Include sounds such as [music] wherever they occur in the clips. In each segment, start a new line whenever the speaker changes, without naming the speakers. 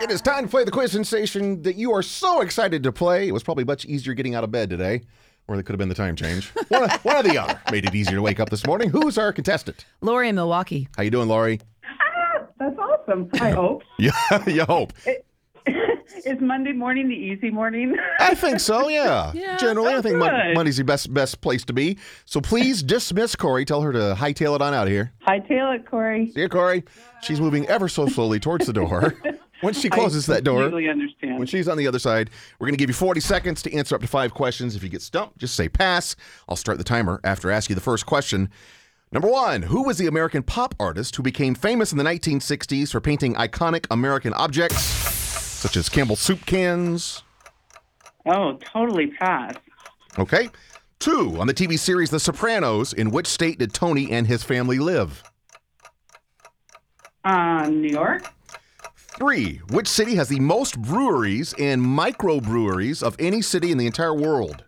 It is time to play the quiz sensation that you are so excited to play. It was probably much easier getting out of bed today, or it could have been the time change. One, or- one or the other made it easier to wake up this morning. Who's our contestant?
Lori in Milwaukee.
How you doing, Laurie? [laughs]
Ah, that's awesome. I hope. [laughs]
Yeah, you hope.
Is Monday morning the easy morning? [laughs]
I think so. Yeah.
Yeah.
Generally, I think Mon-
Good.
Monday's the best best place to be. So please dismiss Corey. Tell her to hightail it on out of here.
Hightail it, Corey.
See you, Corey. She's moving ever so slowly towards the door. Once she closes that door,
Completely understand.
When she's on the other side, we're going to give you 40 seconds to answer up to five questions. If you get stumped, just say pass. I'll start the timer after I ask you the first question. Number one, who was the American pop artist who became famous in the 1960s for painting iconic American objects such as Campbell soup cans?
oh, totally pass.
Okay. Two, on the TV series The Sopranos, in which state did Tony and his family live?
Um, New York.
Three, which city has the most breweries and microbreweries of any city in the entire world?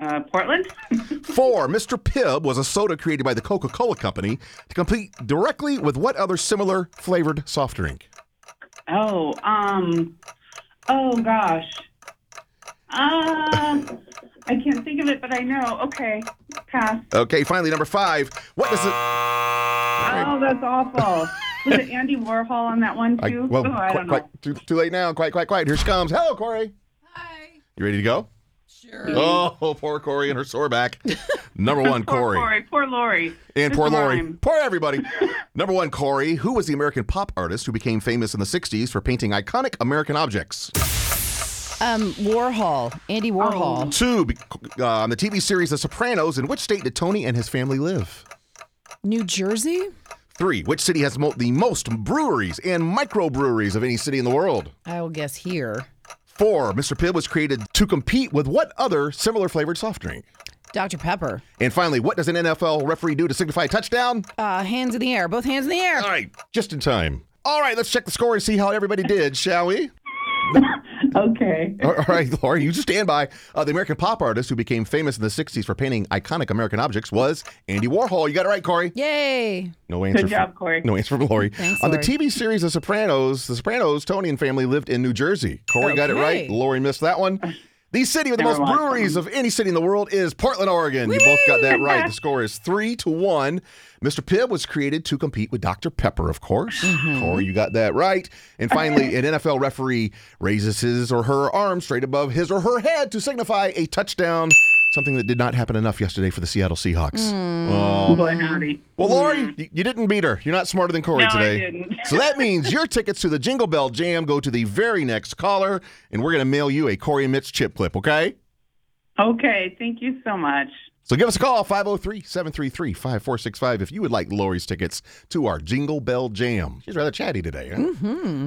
Uh, Portland. [laughs]
Four, Mr. Pibb was a soda created by the Coca Cola Company to compete directly with what other similar flavored soft drink?
Oh, um, oh gosh. Um, I can't think of it, but I know. Okay, pass.
Okay, finally, number five. What does it.
Oh,
[laughs]
that's awful. Was it Andy Warhol on that one
I,
too?
well,
oh, I
quite,
don't know.
quite, too, too late now. Quite, quite, quite. Here she comes. Hello, Corey.
Hi.
You ready to go?
Sure.
Oh, poor Corey and her sore
[laughs]
back. Number one,
Poor
Corey.
Oh, Corey. Poor Lori.
And
This
poor Lori.
rhyme.
Poor
[laughs]
everybody. Number one, Corey. Who was the American pop artist who became famous in the 60s for painting iconic American objects?
Um, Warhol. Andy Warhol.
Two, be- uh, on the TV series The Sopranos, in which state did Tony and his family live?
New Jersey?
Three, which city has mo- the most breweries and microbreweries of any city in the world?
I will guess here.
Four, Mr. Pibb was created to compete with what other similar flavored soft drink?
Dr. Pepper.
And finally, what does an NFL referee do to signify a touchdown?
Uh, hands in the air. Both hands in the air.
All right, just in time. All right, let's check the score and see how everybody did, shall we? [laughs]
Okay.
All all right, Laura, you just stand by. Uh, the American pop artist who became famous in the 60s for painting iconic American objects was Andy Warhol. You got it right, Corey.
Yay.
No answer.
Good job,
for,
Corey.
No answer from Lori.
Thanks,
On the
Lori.
TV series The Sopranos, The Sopranos, Tony and family lived in New Jersey. Corey got it right.
Okay.
Lori missed that
[laughs]
one. The city with the
Never
most
mind.
breweries of any city in the world is Portland, Oregon. You both got that right. The score is three to one. Mr. Pibb was created to compete with Dr. Pepper, of course.
Mm-hmm.
Corey, you got that right. And finally,
[laughs]
an NFL referee raises his or her arm straight above his or her head to signify a touchdown, something that did not happen enough yesterday for the Seattle Seahawks.
Hmm.
Oh,
Boy, howdy.
well, Lori, you, you didn't beat her. You're not smarter than Corey
Hmm. No, I
today.
didn't. [laughs]
so that means your tickets to the Jingle Bell Jam go to the very next caller, and we're going to mail you a Corey and Mitch chip clip, okay?
Okay. Thank you so much.
So give us a call, 503 733 5465, if you would like Lori's tickets to our Jingle Bell Jam. She's rather chatty today, huh?